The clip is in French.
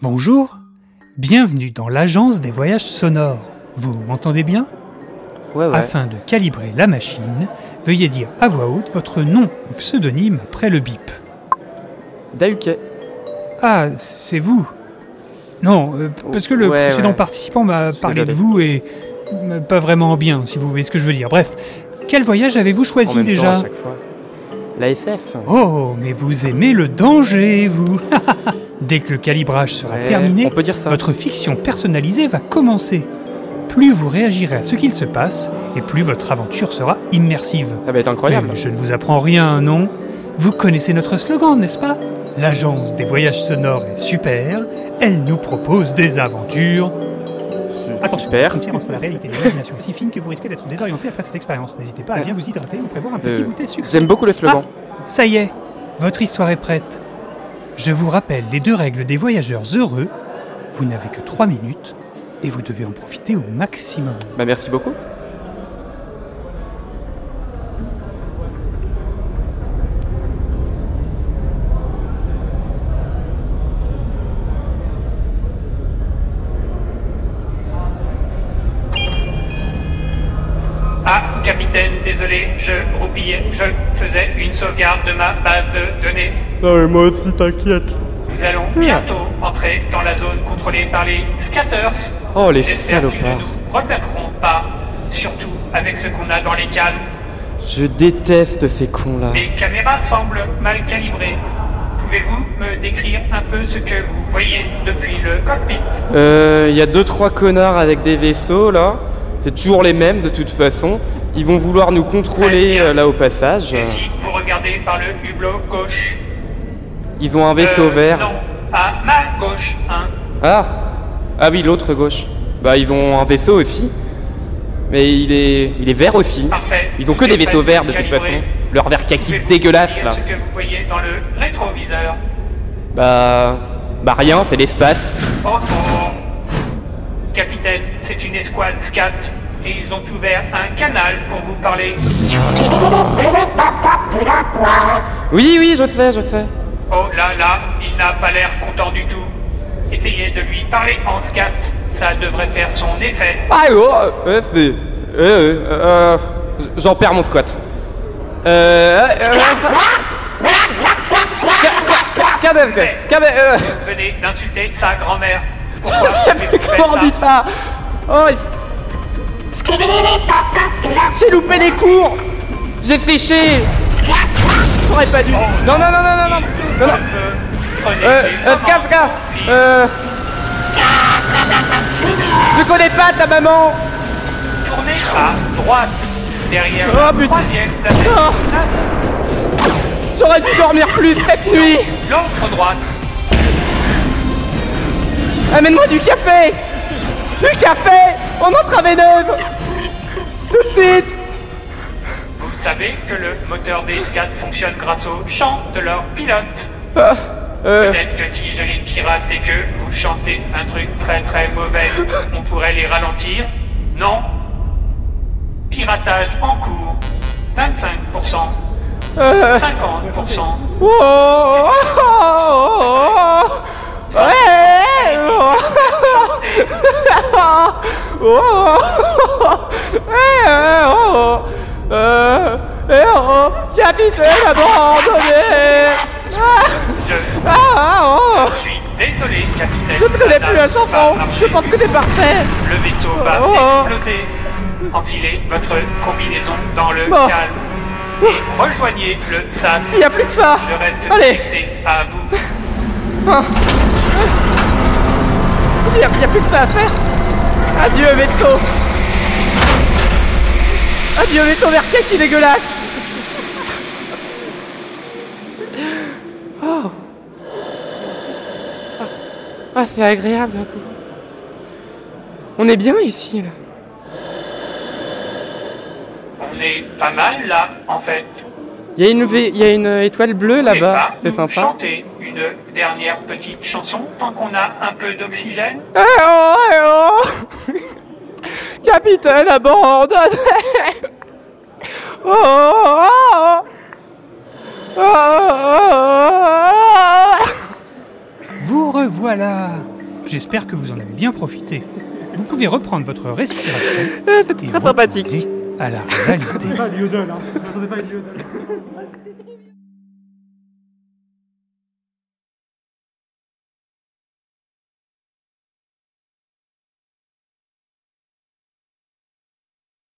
Bonjour, bienvenue dans l'agence des voyages sonores. Vous m'entendez bien Ouais, ouais. Afin de calibrer la machine, veuillez dire à voix haute votre nom ou pseudonyme après le bip. Dahuquet. Ah, c'est vous Non, euh, p- parce que le Ouais, précédent ouais. participant m'a suis parlé de désolé. vous et euh, pas vraiment bien, si vous voyez ce que je veux dire. Bref, quel voyage avez-vous en choisi même temps, déjà à chaque fois. La FF. Oh, mais vous aimez le danger, vous Dès que le calibrage sera Ouais, terminé, On peut dire ça. votre fiction personnalisée va commencer. Plus vous réagirez à ce qu'il se passe, et plus votre aventure sera immersive. Ça va être incroyable. Mais je ne vous apprends rien, non Vous connaissez notre slogan, n'est-ce pas L'agence des voyages sonores est super, elle nous propose des aventures. Attention, la Super. frontière entre la réalité et l'imagination est si fine que vous risquez d'être désorienté après cette expérience. N'hésitez pas à bien vous hydrater ou prévoir un petit Euh, goûter sucré. J'aime beaucoup le slogan. Ah, Ça y est, votre histoire est prête. Je vous rappelle les deux règles des voyageurs heureux. Vous n'avez que trois minutes et vous devez en profiter au maximum. Bah merci beaucoup. Ah, capitaine, désolé, je roupillais, je faisais une sauvegarde de ma base de données. Non mais moi aussi t'inquiète. Nous allons Hmm. bientôt entrer dans la zone contrôlée par les scatters. Oh, les J'espère qu'ils ne salopards. nous repéreront pas, surtout avec ce qu'on a dans les cales. Je déteste ces cons là. Les caméras semblent mal calibrées. Pouvez-vous me décrire un peu ce que vous voyez depuis le cockpit Euh, il y a deux trois connards avec des vaisseaux là. C'est toujours les mêmes de toute façon. Ils vont vouloir nous contrôler euh, là au passage. Et si vous regardez par le hublot gauche Ils ont un vaisseau Euh, vert. Non, à ma gauche, hein. Ah Ah oui, l'autre gauche. Bah ils ont un vaisseau aussi. Mais il est il est vert aussi. Parfait. Ils ont que des vaisseaux verts de toute Calibré. façon. Leur vert kaki Pouvez-vous dégueulasse dire là. Ce que vous voyez dans le rétroviseur. Bah. Bah rien, c'est l'espace. Oh oh Capitaine, c'est une escouade SCAT et ils ont ouvert un canal pour vous parler. Oui, oui, je sais, je sais. Oh là là, il n'a pas l'air content du tout. Essayez de lui parler en SCAT, ça devrait faire son effet. Ah oh, euh, c'est. euh, euh, euh, J'en perds mon squat. Euh. euh, euh, Scabev, scabev, euh, Venez d'insulter sa grand-mère. Comment on dit ça Oh, il- J'ai loupé les cours J'ai séché J'aurais pas dû. Non, non, non, non, non, non Non, non Euh, euh, Fka, Fka, Euh. Je connais pas ta maman Tournez à droite, derrière Oh, la putain. troisième planète. Oh. J'aurais dû dormir plus cette nuit L'autre droite. Amène-moi du café Du café On entre à Véneuve Tout de suite Vous savez que le moteur des SCAT fonctionne grâce au chant de leur pilote. Ah, euh, Peut-être que si je les pirate et que vous chantez un truc très très mauvais, on pourrait les ralentir. Non Piratage en cours. 25%, euh, 50%. oh, oh, oh, oh, ouais, oh, oh, ouais, oh, oh, euh, eh, oh, capitaine abandonné Ah, Je ah, oh, suis désolé, capitaine. Je ne connais plus la un chanson, je pense que t'es parfait Le vaisseau va Oh. exploser. Enfilez votre combinaison dans le Oh. calme. Et rejoignez le SAS. Il n'y a plus que ça Je reste Allez connecté à vous. Il n'y a, y a plus que ça à faire. Adieu vaisseau. Adieu vaisseau vertier qui dégueulasse. Oh. Ah, c'est agréable. un coup. On est bien ici là. On est pas mal là, en fait. Il y, a une vé- y a une étoile bleue Vous voulez là-bas, pas c'est bah, nous sympa. Chanter une dernière petite chanson tant qu'on a un peu d'oxygène. Eh oh, eh oh Capitaine abandonné Oh, oh, oh. Oh, oh, oh. Vous revoilà J'espère que vous en avez bien profité. Vous pouvez reprendre votre respiration. et très sympathique. retourner À la réalité.